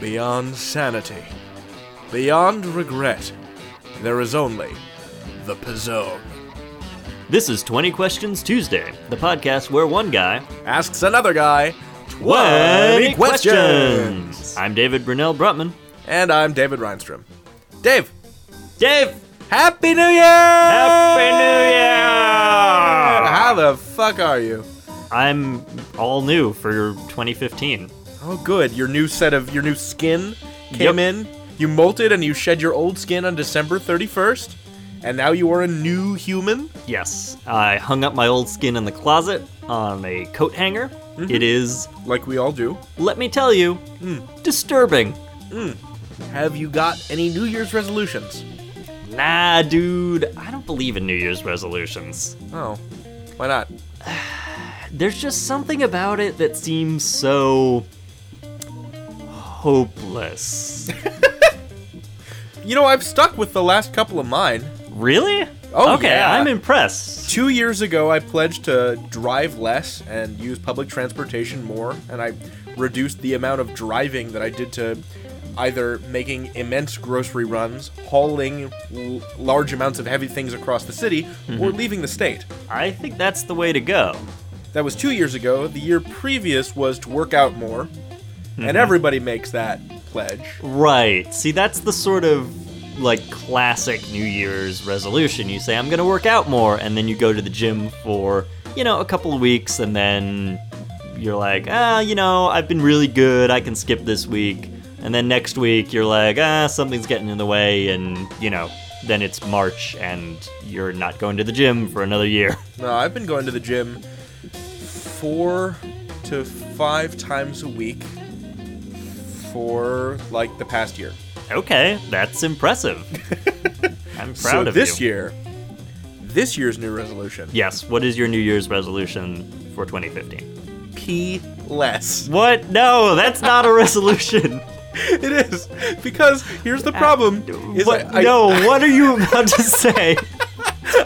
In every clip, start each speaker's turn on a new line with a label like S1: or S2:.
S1: Beyond sanity. Beyond regret. There is only the Pizone.
S2: This is 20 Questions Tuesday, the podcast where one guy,
S1: Asks another guy 20
S2: 20
S1: questions.
S2: questions. I'm David Brunel Brutman.
S1: And I'm David Reinstrom. Dave,
S2: Dave,
S1: Happy New Year!
S2: Happy New Year!
S1: How the fuck are you?
S2: I'm all new for 2015.
S1: Oh, good. Your new set of your new skin came
S2: Yep.
S1: in. You molted and you shed your old skin on December 31st, and now you are a new human.
S2: Yes, I hung up my old skin in the closet on a coat hanger. It is,
S1: like we all do.
S2: let me tell you, disturbing.
S1: Have you got any New Year's resolutions?
S2: Nah, dude, I don't believe in New Year's resolutions.
S1: Oh, why not?
S2: there's just something about it that seems so hopeless.
S1: You know, I've stuck with the last couple of mine.
S2: really?
S1: Oh,
S2: okay,
S1: yeah.
S2: I'm impressed.
S1: Two years ago, I pledged to drive less and use public transportation more, and I reduced the amount of driving that I did to either making immense grocery runs, hauling l- large amounts of heavy things across the city, or leaving the state.
S2: I think that's the way to go.
S1: That was two years ago. The year previous was to work out more, and everybody makes that pledge.
S2: Right. See, that's the sort of like classic New Year's resolution. You say, I'm going to work out more, and then you go to the gym for, you know, a couple of weeks, and then you're like, ah, you know, I've been really good. I can skip this week. And then next week, you're like, ah, something's getting in the way, and, you know, then it's March, and you're not going to the gym for another year.
S1: No, I've been going to the gym four to five times a week for like the past year.
S2: okay, that's impressive. I'm proud
S1: so
S2: of
S1: this
S2: you.
S1: year, this year's new resolution:
S2: Yes, what is your New Year's resolution for 2015?
S1: pee less.
S2: What? No, that's not a resolution.
S1: It is because here's the problem: is
S2: Uh, What-
S1: I, I-
S2: no, what are you about to say?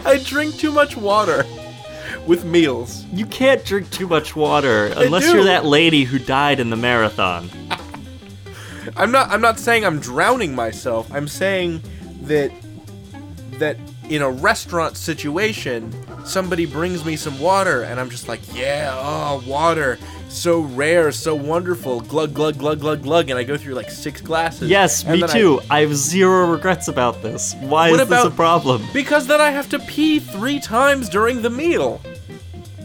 S1: I drink too much water with meals.
S2: You can't drink too much water unless
S1: do.
S2: you're that lady who died in the marathon.
S1: I'm not. I'm not saying I'm drowning myself. I'm saying that that in a restaurant situation, somebody brings me some water, and I'm just like, yeah, oh, water, so rare, so wonderful, glug glug glug glug glug, and I go through like six glasses.
S2: Yes,
S1: and
S2: me
S1: then I-
S2: too. I, have zero regrets about this. Why
S1: What
S2: is this a
S1: about-
S2: problem?
S1: because then I have to pee three times during the meal.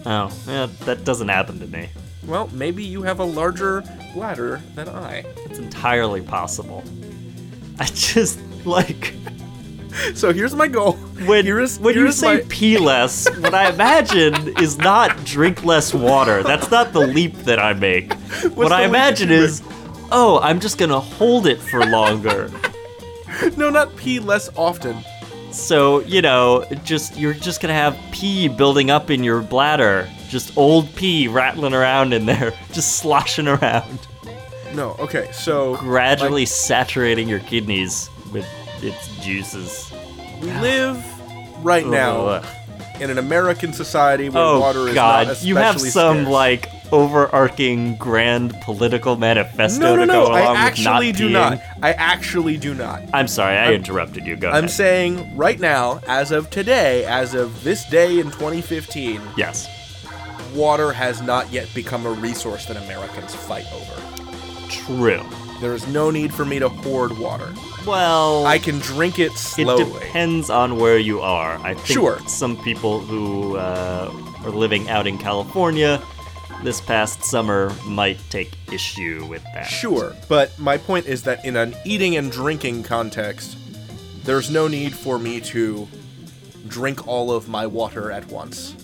S2: Oh, yeah, that doesn't happen to me.
S1: Well, maybe you have a larger bladder than I.
S2: It's entirely possible. I just like
S1: So here's my goal.
S2: when
S1: here's,
S2: when you
S1: here's
S2: say
S1: my-
S2: pee less, what I imagine is not drink less water. That's not the leap that I make. what
S1: the
S2: I
S1: leap
S2: imagine
S1: that you
S2: is, oh, I'm just gonna hold it for longer.
S1: no, not pee less often.
S2: so you know, just you're just gonna have pee building up in your bladder, just old pee rattling around in there, just sloshing around,
S1: No, okay, so
S2: gradually saturating your kidneys with its juices.
S1: We live right now
S2: Ugh.
S1: in an American society where
S2: uh, Oh
S1: water is
S2: God!
S1: not
S2: you have
S1: especially
S2: some
S1: scarce.
S2: like overarching grand political manifesto
S1: no, no,
S2: to
S1: no.
S2: go
S1: I
S2: along
S1: actually
S2: with
S1: do
S2: not peeing.
S1: not. I actually do not.
S2: I'm sorry, I interrupted you. Go
S1: I'm
S2: ahead.
S1: saying right now, as of today, as of this day in 2015,
S2: yes,
S1: water has not yet become a resource that Americans fight over.
S2: true.
S1: There is no need for me to hoard water.
S2: Well,
S1: I can drink it
S2: it
S1: slowly.
S2: depends on where you are. I think
S1: Sure.
S2: some people who uh, are living out in California this past summer might take issue with that.
S1: Sure, but my point is that in an eating and drinking context, there's no need for me to drink all of my water at once.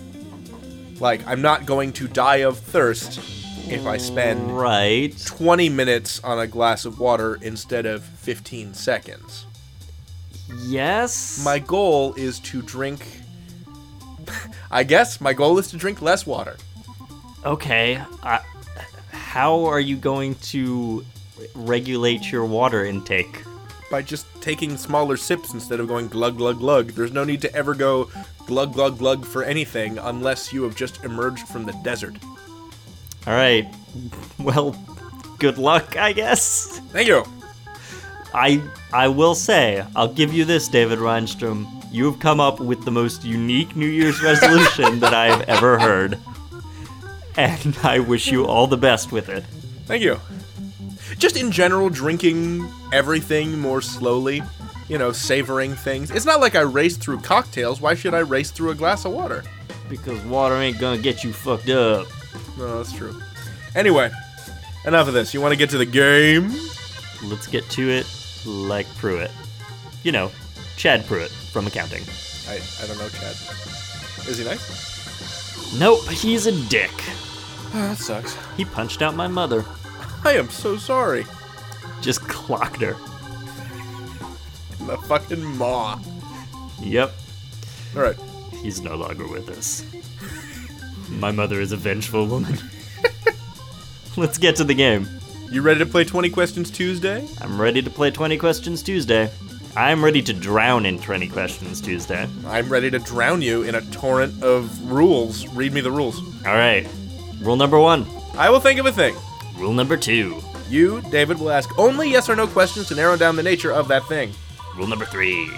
S1: Like, I'm not going to die of thirst if I spend
S2: Right.
S1: 20 minutes on a glass of water instead of 15 seconds.
S2: Yes.
S1: My goal is to drink. I guess my goal is to drink less water.
S2: Okay. I, how are you going to regulate your water intake?
S1: by just taking smaller sips instead of going glug glug glug. There's no need to ever go glug glug glug for anything unless you have just emerged from the desert.
S2: All right. Well, good luck, I guess.
S1: Thank you.
S2: I I will say, I'll give you this, David Reinstrom. You've come up with the most unique New Year's resolution that I have ever heard. And I wish you all the best with it.
S1: Thank you. Just in general, drinking everything more slowly, you know, savoring things. It's not like I race through cocktails. Why should I race through a glass of water?
S2: Because water ain't gonna get you fucked up.
S1: No, that's true. Anyway, enough of this. You want to get to the game?
S2: Let's get to it like Pruitt. You know, Chad Pruitt from accounting.
S1: I, I don't know, Chad. Is he nice?
S2: Nope, he's a dick.
S1: Ah, that sucks.
S2: He punched out my mother.
S1: I am so sorry.
S2: Just clocked her.
S1: The fucking maw.
S2: Yep,
S1: All right.
S2: he's no longer with us. My mother is a vengeful woman. Let's get to the game.
S1: You ready to play 20 Questions Tuesday?
S2: I'm ready to play 20 Questions Tuesday. I'm ready to drown in 20 Questions Tuesday.
S1: I'm ready to drown you in a torrent of rules. Read me the rules.
S2: All right. Rule number one.
S1: I will think of a thing.
S2: Rule number two.
S1: You, David, will ask only yes or no questions to narrow down the nature of that thing.
S2: Rule number three.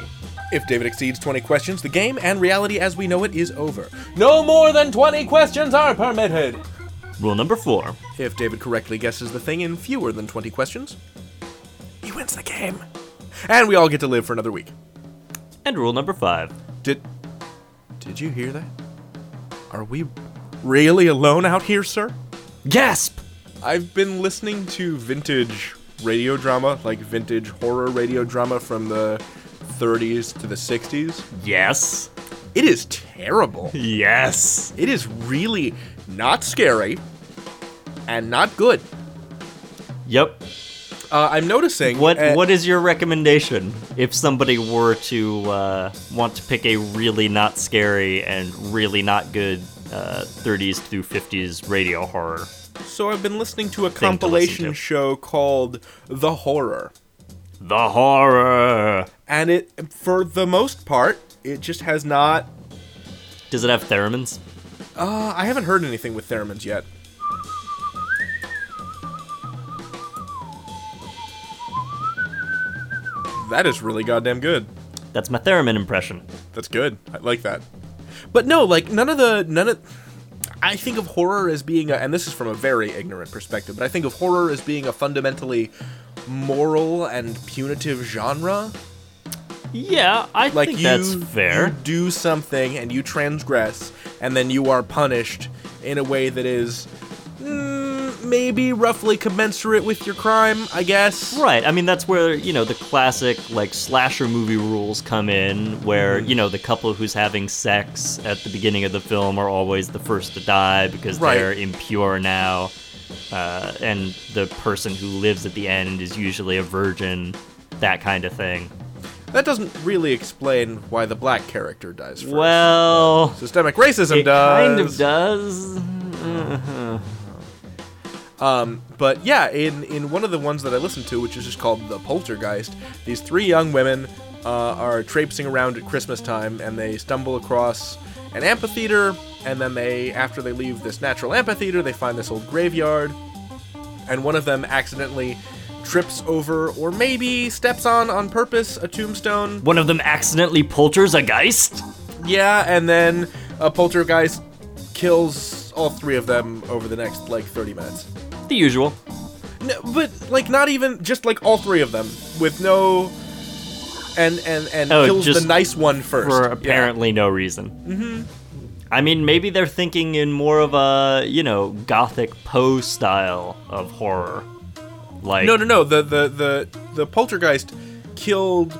S1: If David exceeds 20 questions, the game and reality as we know it is over. No more than 20 questions are permitted!
S2: Rule number four.
S1: If David correctly guesses the thing in fewer than 20 questions, he wins the game. And we all get to live for another week.
S2: And rule number five.
S1: Did. Did you hear that? Are we really alone out here, sir?
S2: Gasp!
S1: I've been listening to vintage radio drama, like vintage horror radio drama from the 30s to the 60s.
S2: Yes.
S1: It is terrible.
S2: Yes.
S1: It is really not scary and not good.
S2: Yep.
S1: Uh, I'm noticing.
S2: What
S1: uh,
S2: What is your recommendation if somebody were to uh, want to pick a really not scary and really not good uh, 30s through 50s radio horror?
S1: So I've been listening to a
S2: to
S1: compilation
S2: listen to.
S1: show called The Horror.
S2: The horror.
S1: And it, for the most part, it just has not.
S2: Does it have theremins?
S1: Uh, I haven't heard anything with theremins yet. That is really goddamn good.
S2: That's my theremin impression.
S1: That's good. I like that. But no, like none of the none of I think of horror as being a, and this is from a very ignorant perspective, but I think of horror as being a fundamentally moral and punitive genre.
S2: Yeah, I
S1: Like
S2: think
S1: you,
S2: that's
S1: you
S2: fair.
S1: do something and you transgress, and then you are punished in a way that is mm, maybe roughly commensurate with your crime, I guess.
S2: Right. I mean, that's where, you know, the classic, like, slasher movie rules come in, where,
S1: Mm-hmm.
S2: you know, the couple who's having sex at the beginning of the film are always the first to die because
S1: Right.
S2: they're impure now. Uh, and the person who lives at the end is usually a virgin, that kind of thing.
S1: That doesn't really explain why the black character dies first.
S2: Well,
S1: Systemic racism
S2: it
S1: does.
S2: kind of does. Uh-huh.
S1: Um, but yeah, in in one of the ones that I listened to, which is just called the Poltergeist, these three young women uh, are traipsing around at Christmas time, and they stumble across an amphitheater, and then they, after they leave this natural amphitheater, they find this old graveyard, and one of them accidentally trips over or maybe steps on on purpose a tombstone.
S2: One of them accidentally polters a geist?
S1: Yeah, and then a poltergeist kills all three of them over the next like 30 minutes.
S2: The usual.
S1: No, but like not even just like all three of them with no and and and
S2: Oh,
S1: kills
S2: just
S1: the nice one first.
S2: for
S1: Yeah.
S2: apparently no reason. Mm-hmm. I mean, maybe they're thinking in more of a you know gothic Poe style of horror, like
S1: No, no, no. The the the the poltergeist killed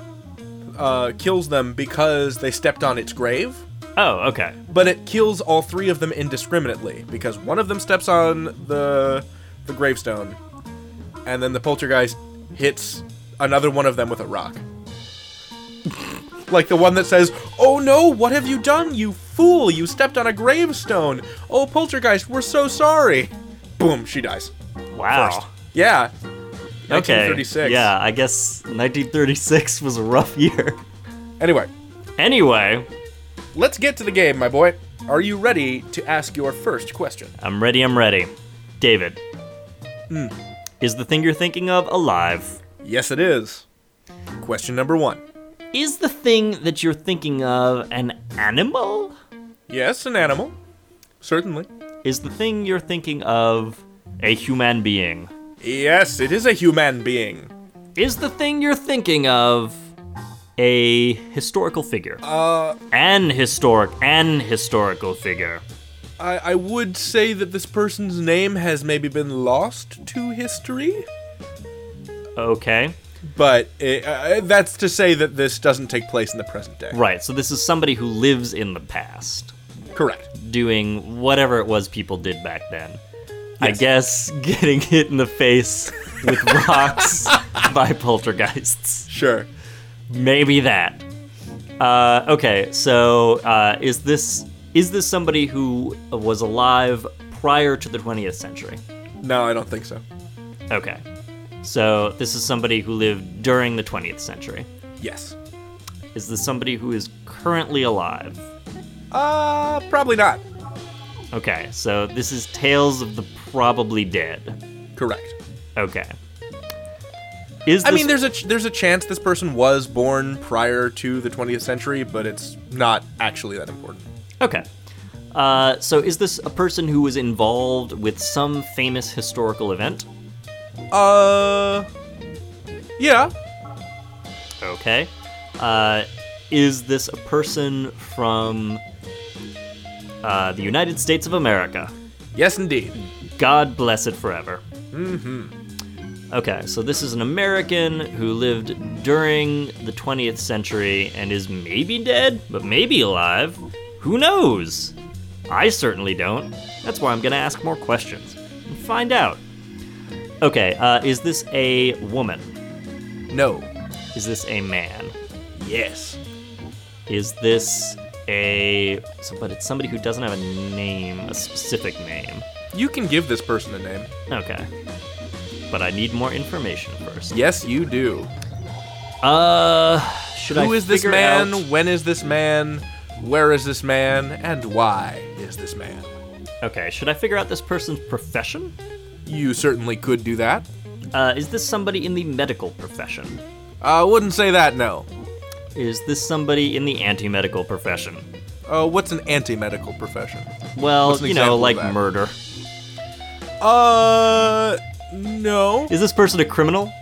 S1: uh kills them because they stepped on its grave,
S2: oh okay,
S1: but it kills all three of them indiscriminately because one of them steps on the the gravestone and then the poltergeist hits another one of them with a rock. like the one that says, "Oh no, what have you done? You fool! You stepped on a gravestone. Oh poltergeist, we're so sorry." Boom, she dies.
S2: wow,
S1: Yeah.
S2: Oh. okay,
S1: 1936.
S2: yeah, I guess 1936 was a rough year.
S1: Anyway,
S2: Anyway,
S1: let's get to the game, my boy. Are you ready to ask your first question? Hmm.
S2: I'm ready. I'm ready, David. Is the thing you're thinking of alive?
S1: Yes, it is. Question number one.
S2: Is the thing that you're thinking of an animal?
S1: Yes, an animal. Certainly.
S2: Is the thing you're thinking of a human being?
S1: Yes, it is a human being.
S2: Is the thing you're thinking of a historical figure?
S1: Uh,
S2: An historic, an historical figure.
S1: I, I would say that this person's name has maybe been lost to history,
S2: Okay.
S1: but it, uh, that's to say that this doesn't take place in the present day.
S2: Right, so this is somebody who lives in the past,
S1: Correct.
S2: doing whatever it was people did back then. I guess getting hit in the face with rocks by poltergeists.
S1: Sure.
S2: Maybe that. Uh, okay, so uh, is this is this somebody who was alive prior to the 20th century?
S1: No, I don't think so.
S2: Okay, so this is somebody who lived during the 20th century.
S1: Yes.
S2: Is this somebody who is currently alive?
S1: Uh, probably not.
S2: Okay, so this is Tales of the Probably Dead.
S1: Correct.
S2: Okay. Is
S1: I mean,
S2: this-
S1: there's a ch- there's a chance this person was born prior to the 20th century, but it's not actually that important.
S2: okay. Uh, so is this a person who was involved with some famous historical event?
S1: Uh, yeah.
S2: Okay. Uh, is this a person from uh, the United States of America?
S1: Yes, indeed.
S2: God bless it forever. Mm-hmm. Okay, so this is an American who lived during the 20th century and is maybe dead, but maybe alive. Who knows? I certainly don't. That's why I'm going to ask more questions and find out. Okay, uh, is this a woman?
S1: No.
S2: Is this a man?
S1: Yes.
S2: Is this a. So, but it's somebody who doesn't have a name, a specific name.
S1: You can give this person a name.
S2: Okay. But I need more information first.
S1: Yes, you do.
S2: Uh, should I
S1: Who is this
S2: figure
S1: man?
S2: out-
S1: When is this man? Where is this man? And why is this man?
S2: Okay, should I figure out this person's profession?
S1: You certainly could do that.
S2: Uh, is this somebody in the medical profession?
S1: I Uh, wouldn't say that, no.
S2: Is this somebody in the anti-medical profession?
S1: Uh, what's an anti medical profession?
S2: Well,
S1: What's an
S2: you
S1: example
S2: know,
S1: of
S2: like
S1: that?
S2: murder.
S1: Uh, no.
S2: Is this person a criminal?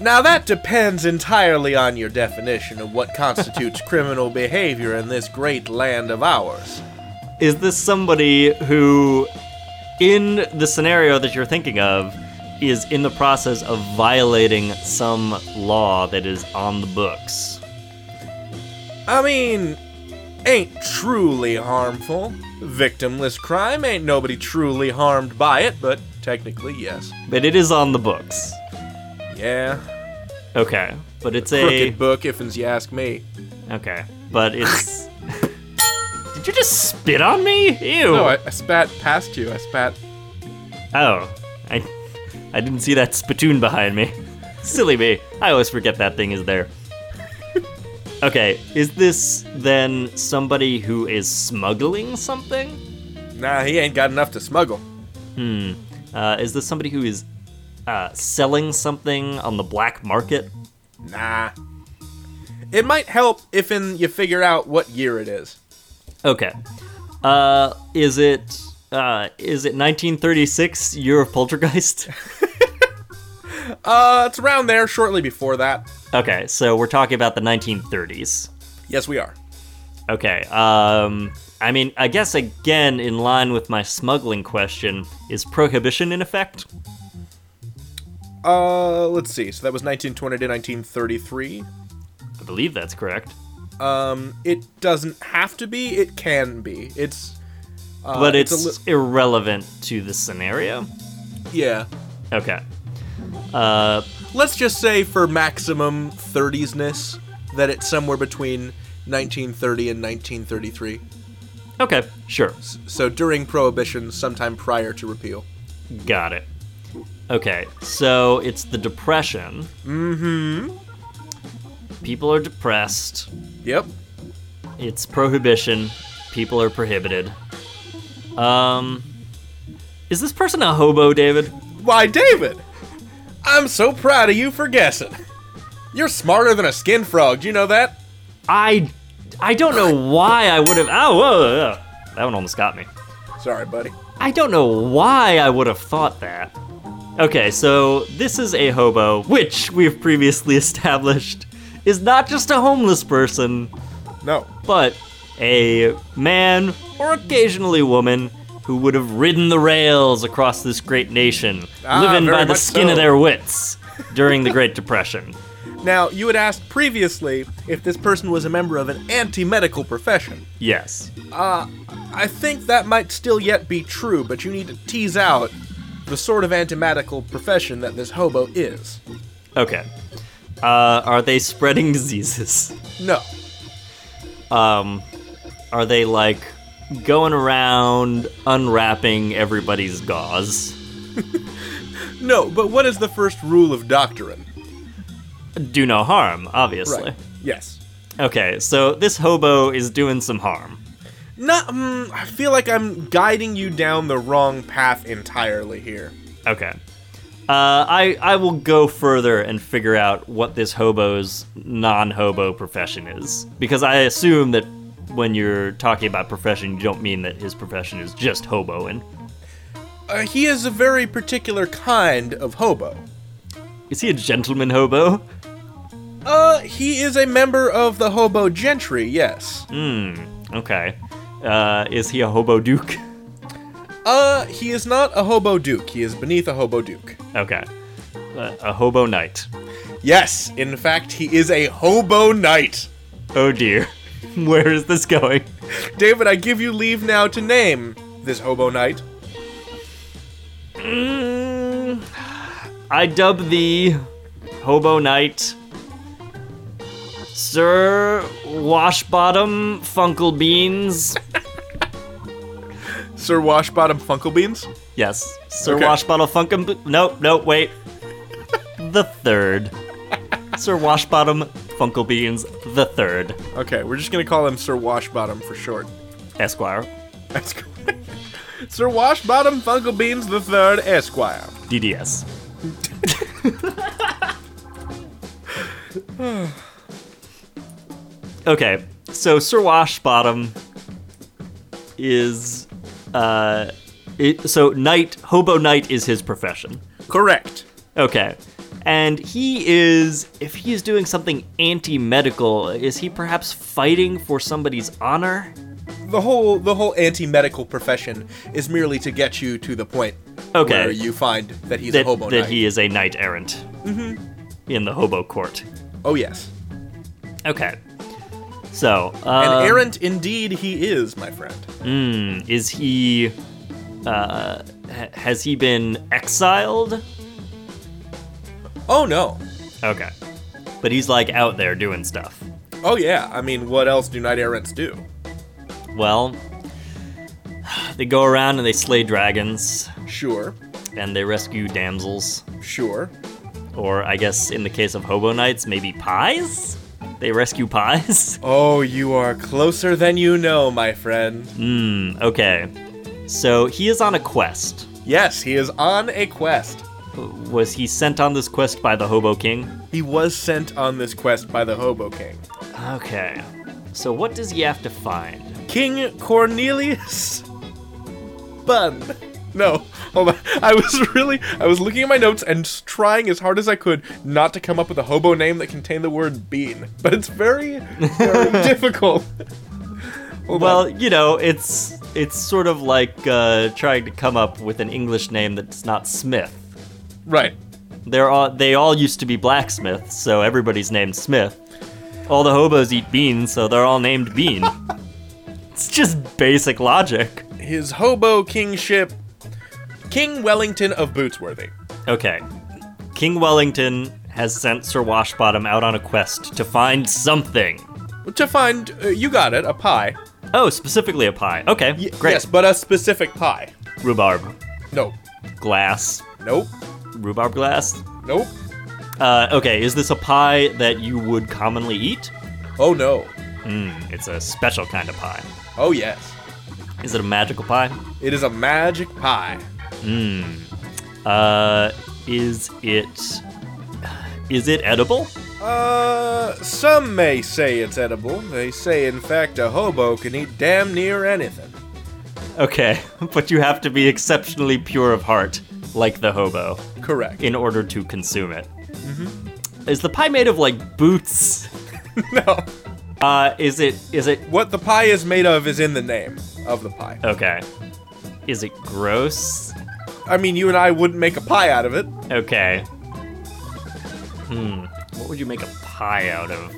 S1: Now that depends entirely on your definition of what constitutes criminal behavior in this great land of ours.
S2: Is this somebody who, in the scenario that you're thinking of, is in the process of violating some law that is on the books?
S1: I mean, ain't truly harmful. Victimless crime ain't nobody truly harmed by it, but technically, yes.
S2: But it is on the books.
S1: Yeah.
S2: Okay, but it's a
S1: Crooked book, if you ask me.
S2: Okay, but it's. Did you just spit on me? Ew.
S1: No, I, I spat past you. I spat.
S2: Oh, I, I didn't see that spittoon behind me. Silly me. I always forget that thing is there. Okay, is this then somebody who is smuggling something?
S1: Nah, he ain't got enough to smuggle.
S2: Uh, is this somebody who is uh, selling something on the black market?
S1: Nah. It might help if in you figure out what year it is.
S2: Okay. Uh, is it uh, is it 1936 year of poltergeist?
S1: Uh, it's around there, shortly before that.
S2: okay, so we're talking about the 1930s.
S1: Yes, we are.
S2: Okay. Um, I mean, I guess again, in line with my smuggling question, is prohibition in effect?
S1: Uh, let's see. So that was 1920 to 1933.
S2: I believe that's correct.
S1: Um, it doesn't have to be. It can be. It's. Uh,
S2: but it's,
S1: a
S2: irrelevant to the scenario.
S1: li- yeah.
S2: Okay. Uh,
S1: Let's just say for maximum 30s-ness that it's somewhere between 1930 and 1933.
S2: okay, sure.
S1: So during Prohibition, sometime prior to repeal.
S2: Got it. Okay, so it's the depression. Mm
S1: Mm-hmm.
S2: hmm. People are depressed.
S1: Yep.
S2: It's prohibition. People are prohibited. Um. Is this person a hobo, David?
S1: Why, David? I'm so proud of you for guessing. You're smarter than a skin frog. Do you know that?
S2: I I don't know why I would have. Oh, whoa, whoa. that one almost got me.
S1: Sorry, buddy.
S2: I don't know why I would have thought that. Okay, so this is a hobo, which we've previously established is not just a homeless person,
S1: No.
S2: but a man or occasionally woman who would have ridden the rails across this great nation,
S1: Ah,
S2: living
S1: very
S2: by the
S1: much
S2: skin of
S1: so.
S2: their wits during the Great Depression.
S1: Now, you had asked previously if this person was a member of an anti medical profession.
S2: Yes.
S1: I think that might still yet be true, but you need to tease out the sort of anti medical profession that this hobo is.
S2: Okay. Uh, are they spreading diseases?
S1: No.
S2: Um, are they like going around unwrapping everybody's gauze?
S1: No, but what is the first rule of doctrine?
S2: Do no harm, obviously.
S1: Right. Yes.
S2: Okay, so this hobo is doing some harm.
S1: Not. Mm, I feel like I'm guiding you down the wrong path entirely here.
S2: Okay. Uh, I I will go further and figure out what this hobo's non-hobo profession is because I assume that when you're talking about profession, you don't mean that his profession is just hoboing.
S1: Uh, he is a very particular kind of hobo.
S2: Is he a gentleman hobo?
S1: Uh, he is a member of the hobo gentry, yes.
S2: Okay. Uh, is he a hobo duke?
S1: Uh, he is not a hobo duke. He is beneath a hobo duke.
S2: Okay. A, a hobo knight.
S1: Yes, in fact, he is a hobo knight.
S2: Oh dear. Where is this going?
S1: David, I give you leave now to name this hobo knight.
S2: Mm, I dub thee Hobo Knight Sir Washbottom Funkle Beans.
S1: Sir Washbottom Funklebeans?
S2: Yes, Sir
S1: Okay.
S2: Washbottom Funkum. Be- no, no, wait. The third. Sir Washbottom Funkle Beans, the third.
S1: Okay, we're just gonna call him Sir Washbottom for short.
S2: Esquire.
S1: That's correct. Sir Washbottom Funklebeans the Third Esquire.
S2: DDS. okay, so Sir Washbottom is, uh, it, so knight hobo knight is his profession.
S1: Correct.
S2: Okay, and he is if he is doing something anti-medical, is he perhaps fighting for somebody's honor?
S1: The whole the whole anti-medical profession is merely to get you to the point
S2: Okay.
S1: where you find that he's a
S2: That,
S1: hobo
S2: that
S1: knight. Mm-hmm.
S2: he is a knight errant in the hobo court.
S1: oh yes.
S2: Okay. So,
S1: An
S2: um,
S1: errant indeed he is, my friend.
S2: is he? Uh, ha- has he been exiled?
S1: Oh no.
S2: Okay, but he's like out there doing stuff.
S1: Oh yeah. I mean, what else do knight errants do?
S2: Well, they go around and they slay dragons
S1: Sure.
S2: and they rescue damsels,
S1: Sure.
S2: or I guess in the case of hobo knights, maybe pies. They rescue pies.
S1: Oh, you are closer than you know, my friend.
S2: Hmm. Okay, so he is on a quest.
S1: Yes, he is on a quest.
S2: Was he sent on this quest by the hobo king?
S1: He was sent on this quest by the Hobo King.
S2: Okay. So what does he have to find?
S1: King Cornelius Bun. No, hold on. I was really, I was looking at my notes and s- trying as hard as I could not to come up with a hobo name that contained the word bean, but it's very, very difficult. Hold
S2: Well,
S1: on.
S2: you know, it's it's sort of like uh, trying to come up with an English name that's not Smith.
S1: right.
S2: They're all they all used to be blacksmiths, so everybody's named Smith. All the hobos eat beans, so they're all named Bean. it's just basic logic.
S1: His hobo kingship, King Wellington of Bootsworthy.
S2: Okay. King Wellington has sent Sir Washbottom out on a quest to find something.
S1: To find, uh, you got it, a pie.
S2: Oh, specifically a pie. Okay,
S1: Y-
S2: great.
S1: Yes, but a specific pie.
S2: Rhubarb
S1: No.
S2: glass.
S1: Nope.
S2: Rhubarb glass.
S1: Nope.
S2: Uh, okay, is this a pie that you would commonly eat?
S1: Oh no.
S2: Mm, it's a special kind of pie.
S1: Oh yes.
S2: Is it a magical pie?
S1: It is a magic pie.
S2: Uh, Is it is it edible?
S1: Uh, some may say it's edible. They say, in fact, a hobo can eat damn near anything.
S2: Okay, but you have to be exceptionally pure of heart, like the hobo,
S1: Correct.
S2: in order to consume it. Is the pie made of like boots?
S1: no.
S2: Uh, is it is it
S1: What the pie is made of is in the name of the pie.
S2: okay? Is it gross?
S1: I mean, you and I wouldn't make a pie out of it.
S2: Okay. Hmm. What would you make a pie out of?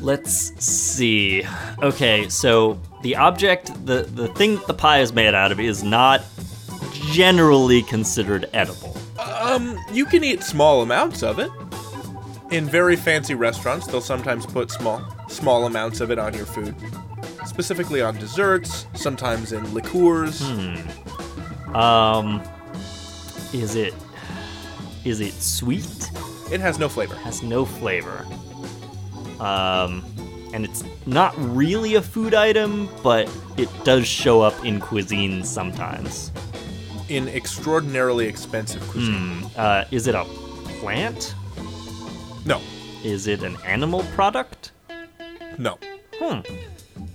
S2: Let's see. Okay, so the object, the the thing that the pie is made out of, is not generally considered edible.
S1: Um, you can eat small amounts of it. In very fancy restaurants, they'll sometimes put small, small amounts of it on your food. Specifically on desserts, sometimes in liqueurs.
S2: Um, is it is it sweet?
S1: It has no flavor.
S2: Has no flavor. Um, and it's not really a food item, but it does show up in cuisine sometimes.
S1: In extraordinarily expensive cuisine.
S2: Hmm, Uh, is it a plant?
S1: No,
S2: Is it an animal product?
S1: no.
S2: Hmm.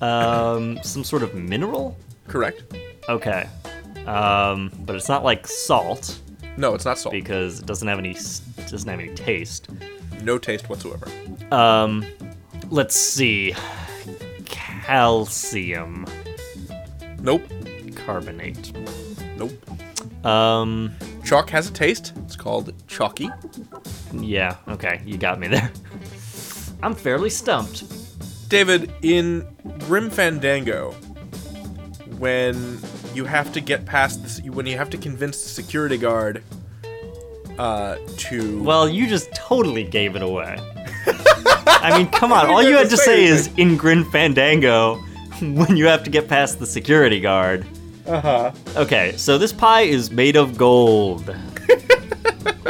S2: Um, some sort of mineral?
S1: Correct.
S2: Okay. Um, but it's not like salt
S1: No, it's not salt.
S2: because it doesn't have any s- doesn't have any taste.
S1: No taste whatsoever.
S2: Um, let's see. Calcium
S1: Nope.
S2: carbonate.
S1: Nope.
S2: Um,
S1: Chalk has a taste. It's called chalky.
S2: yeah, okay, you got me there. I'm fairly stumped.
S1: David, in Grim Fandango, when you have to get past this, when you have to convince the security guard uh, to.
S2: Well, you just totally gave it away. I mean, come on. All you
S1: didn't
S2: had to
S1: say
S2: say is in Grin Fandango when you have to get past the security guard.
S1: uh huh.
S2: Okay, so this pie is made of gold.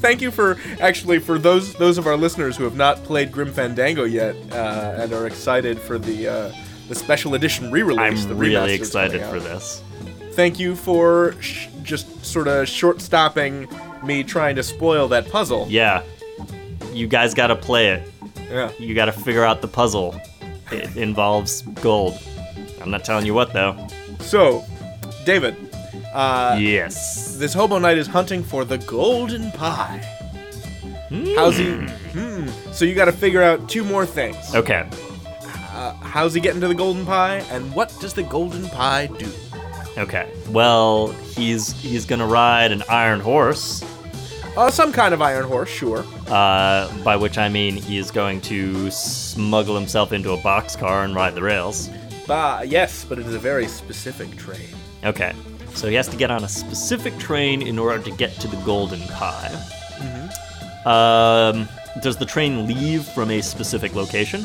S1: Thank you for actually for those those of our listeners who have not played Grim Fandango yet uh, and are excited for the uh, the special edition re-release. the
S2: I'm really
S1: remaster's
S2: excited
S1: coming out.
S2: for this.
S1: Thank you for sh- just sort of short-stopping me trying to spoil that puzzle.
S2: Yeah. You guys gotta play it.
S1: yeah.
S2: You gotta figure out the puzzle. It involves gold. I'm not telling you what, though.
S1: So, David, uh,
S2: Yes.
S1: this hobo knight is hunting for the golden pie. How's he? Hmm. So you got to figure out two more things.
S2: Okay.
S1: Uh, how's he getting to the golden pie, and what does the golden pie do?
S2: Okay. Well, he's he's gonna ride an iron horse.
S1: Uh, some kind of iron horse, sure.
S2: Uh, by which I mean he is going to smuggle himself into a boxcar and ride the rails.
S1: Bah, yes, but it is a very specific train.
S2: Okay, so he has to get on a specific train in order to get to the Golden Pie.
S1: Mm-hmm.
S2: Um, does the train leave from a specific location?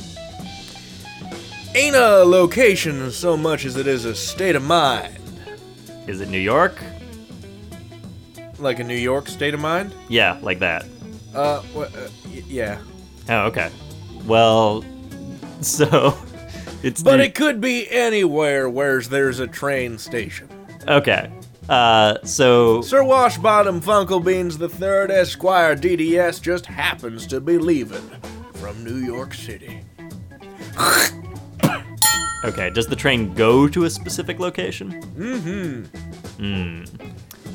S1: Ain't a location so much as it is a state of mind.
S2: Is it New York?
S1: Like a New York state of mind?
S2: Yeah, like that.
S1: Uh, wha- uh y- yeah.
S2: Oh, okay. Well, so it's
S1: But
S2: New-
S1: it could be anywhere where there's a train station.
S2: okay. Uh, so
S1: Sir Washbottom Funklebeans the Third Esquire DDS just happens to be leaving from New York City.
S2: Okay, does the train go to a specific location? Mm-hmm.
S1: But
S2: Mm.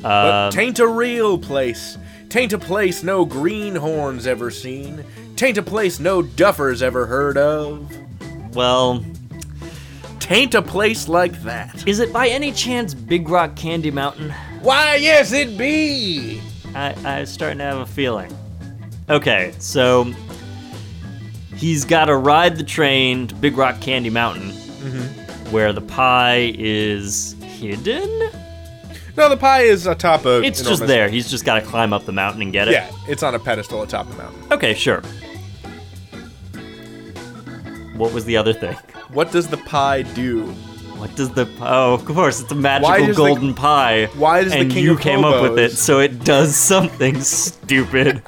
S2: Um,
S1: tain't a real place. Tain't a place no greenhorns ever seen. Tain't a place no duffers ever heard of.
S2: well,
S1: Tain't a place like that.
S2: is it by any chance Big Rock Candy Mountain?
S1: Why, yes, it be!
S2: I, I'm starting to have a feeling. Okay, so he's got to ride the train to Big Rock Candy Mountain,
S1: Mm-hmm.
S2: where the pie is hidden.
S1: No, the pie is atop a.
S2: It's just
S1: enormous-
S2: there. He's just got to climb up the mountain and get it.
S1: Yeah, it's on a pedestal atop a mountain.
S2: Okay, sure. What was the other thing?
S1: What does the pie do?
S2: What does the oh? Of course, it's a magical
S1: does the-
S2: golden pie.
S1: why does the
S2: and
S1: king
S2: you
S1: of
S2: came up with it?
S1: hobos-
S2: So it does something stupid.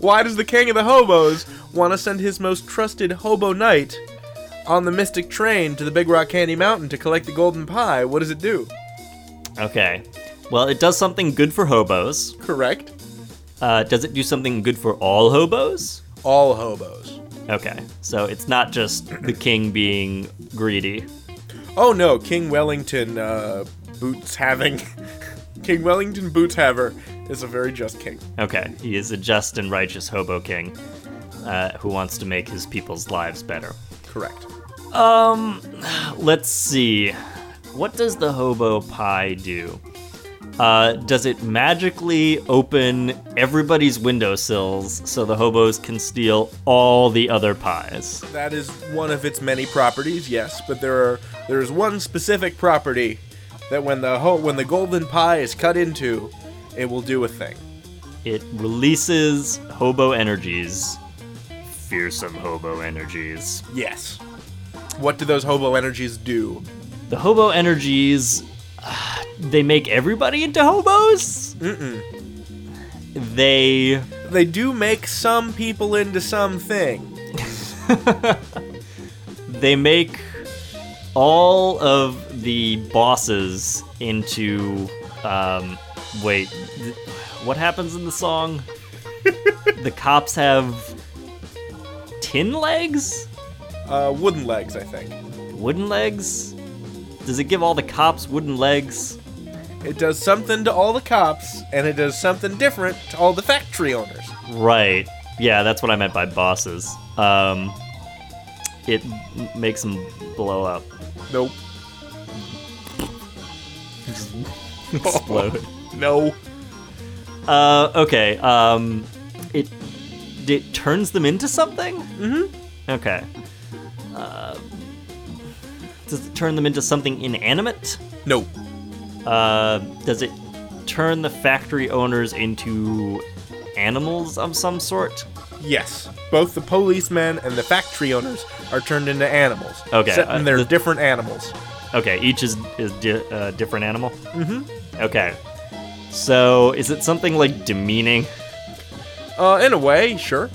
S1: Why does the king of the hobos want to send his most trusted hobo knight on the mystic train to the Big Rock Candy Mountain to collect the golden pie? What does it do?
S2: Okay, Well, it does something good for hobos.
S1: Correct.
S2: Uh, does it do something good for all hobos?
S1: All hobos.
S2: Okay, so it's not just the king being greedy.
S1: Oh no, King Wellington uh, boots having. king Wellington boots haver is a very just king.
S2: Okay, he is a just and righteous hobo king uh, who wants to make his people's lives better.
S1: Correct.
S2: Um, let's see. What does the hobo pie do? Uh, does it magically open everybody's windowsills so the hobos can steal all the other pies?
S1: That is one of its many properties, yes, but there are there is one specific property that when the ho- when the golden pie is cut into, it will do a thing.
S2: It releases hobo energies. Fearsome hobo energies.
S1: Yes. What do those hobo energies do?
S2: The hobo energies. ah, They make everybody into hobos? Mm-mm. They.
S1: They do make some people into something.
S2: they make all of the bosses into um wait th- what happens in the song the cops have tin legs
S1: Uh, wooden legs, I think.
S2: wooden legs does it give all the cops wooden legs
S1: It does something to all the cops, and it does something different to all the factory owners.
S2: right yeah that's what i meant by bosses um it m- makes them blow up
S1: Nope.
S2: explode
S1: No.
S2: Uh, okay. Um, it it turns them into something. Mm-hmm. Okay. Uh, does it turn them into something inanimate?
S1: Nope.
S2: Uh, does it turn the factory owners into animals of some sort?
S1: Yes. Both the policemen and the factory owners are turned into animals.
S2: Okay,
S1: Except
S2: uh,
S1: when they're
S2: the-
S1: different animals.
S2: Okay, each is is di- uh, different animal. Mm-hmm. Okay. So is it something like demeaning?
S1: Uh, in a way, sure.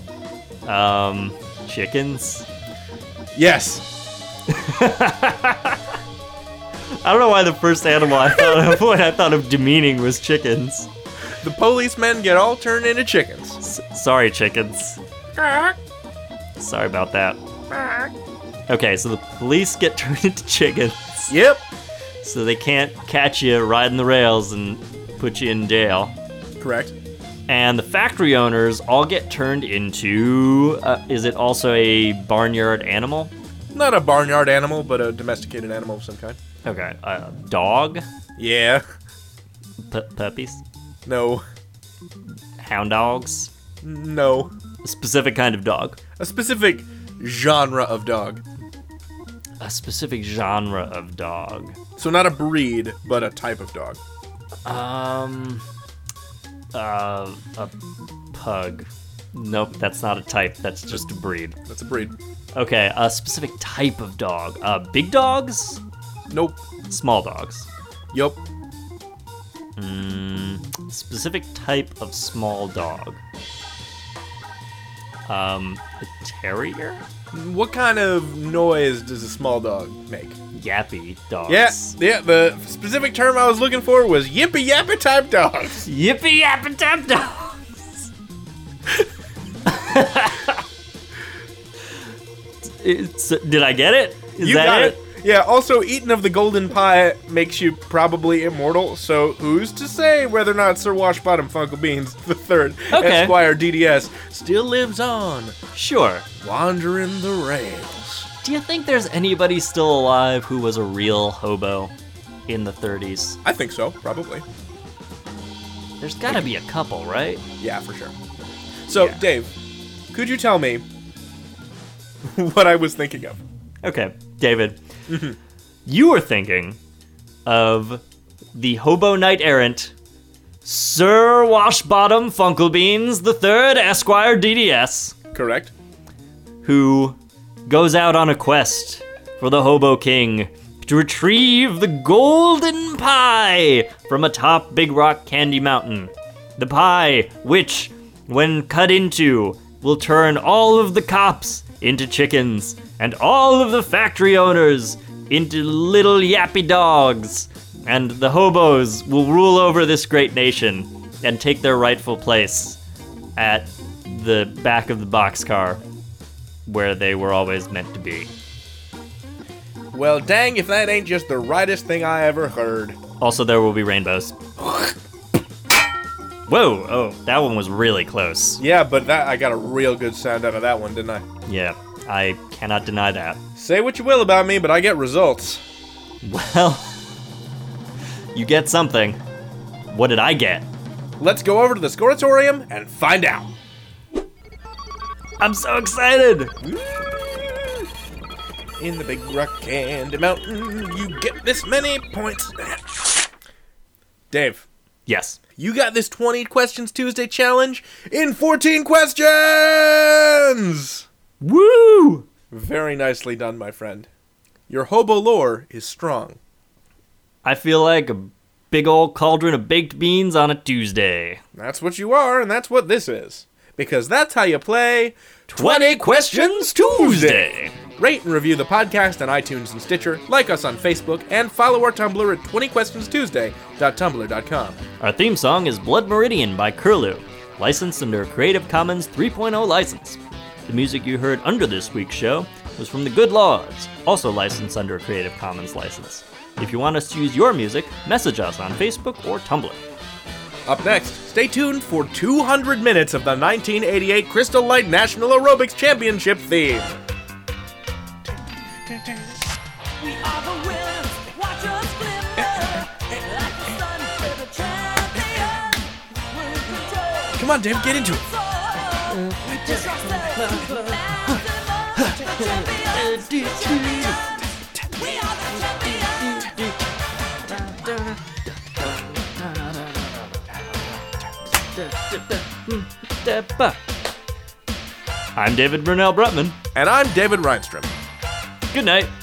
S2: Um, chickens.
S1: Yes.
S2: I don't know why the first animal I thought of when I thought of demeaning was chickens.
S1: The policemen get all turned into chickens.
S2: S- sorry, chickens. Sorry about that. Okay, so the police get turned into chickens,
S1: Yep.
S2: so they can't catch you riding the rails and put you in jail.
S1: Correct.
S2: And the factory owners all get turned into. Uh, is it also a barnyard animal?
S1: Not a barnyard animal, but a domesticated animal of some kind.
S2: Okay, a dog?
S1: Yeah.
S2: P- puppies?
S1: No.
S2: Hound dogs?
S1: No.
S2: A specific kind of dog.
S1: A specific genre of dog.
S2: A specific genre of dog.
S1: So not a breed, but a type of dog.
S2: Um, uh, a pug. Nope, that's not a type. That's just a breed.
S1: That's a breed.
S2: Okay, a specific type of dog. Uh, big dogs,
S1: Nope.
S2: small dogs.
S1: Yup.
S2: Mm, specific type of small dog. Um, a terrier,
S1: What kind of noise does a small dog make?
S2: yappy dogs.
S1: Yes. Yeah, the specific term I was looking for was yippee yappa type dogs.
S2: Yippee yappa tap dogs. It's- did I get it? Is
S1: You
S2: that
S1: got it. Yeah, also, eating of the golden pie makes you probably immortal, so who's to say whether or not Sir Washbottom Funkle Beans the Third,
S2: Okay.
S1: Esquire DDS, still lives on,
S2: Sure.
S1: wandering the rails?
S2: Do you think there's anybody still alive who was a real hobo in the 30s?
S1: I think so, probably.
S2: There's gotta be a couple, right?
S1: Yeah, for sure. So,
S2: Yeah.
S1: Dave, could you tell me what I was thinking of?
S2: Okay, David.
S1: Mm-hmm.
S2: You were thinking of the hobo knight errant, Sir Washbottom Funklebeans the Third Esquire DDS,
S1: Correct?
S2: who goes out on a quest for the hobo king to retrieve the golden pie from atop Big Rock Candy Mountain. The pie, which, when cut into, will turn all of the cops into chickens and all of the factory owners into little yappy dogs and the hobos will rule over this great nation and take their rightful place at the back of the boxcar where they were always meant to be.
S1: Well, dang, if that ain't just the rightest thing I ever heard.
S2: Also, there will be rainbows. Whoa! Oh, that one was really close.
S1: Yeah, but that I got a real good sound out of that one, didn't I?
S2: Yeah, I cannot deny that.
S1: Say what you will about me, but I get results.
S2: Well, you get something. What did I get?
S1: Let's go over to the Scoratorium and find out.
S2: I'm so excited!
S1: In the big rock candy mountain, you get this many points. Dave,
S2: Yes.
S1: you got this 20 Questions Tuesday challenge in 14 questions!
S2: Woo!
S1: Very nicely done, my friend. Your hobo lore is strong.
S2: I feel like a big old cauldron of baked beans on a Tuesday.
S1: That's what you are, and that's what this is. Because that's how you play
S2: 20 Questions Tuesday!
S1: Rate and review the podcast on iTunes and Stitcher, like us on Facebook, and follow our Tumblr at 20questionstuesday.tumblr.com.
S2: Our theme song is Blood Meridian by Curlew, licensed under a Creative Commons 3.0 license. The music you heard under this week's show was from The Good Laws, also licensed under a Creative Commons license. If you want us to use your music, message us on Facebook or Tumblr.
S1: Up next, stay tuned for 200 minutes of the 1988 Crystal Light National Aerobics Championship theme.
S3: We are the winners. Watch us glimmer like the sun. We're the champions. We're in control.
S1: Come on, Dave, get into it.
S3: Soar. Just ourselves. Fast and the champions. The champions. We are the champions.
S2: I'm David Brunel Brutman.
S1: And I'm David Reinstrom.
S2: Good night.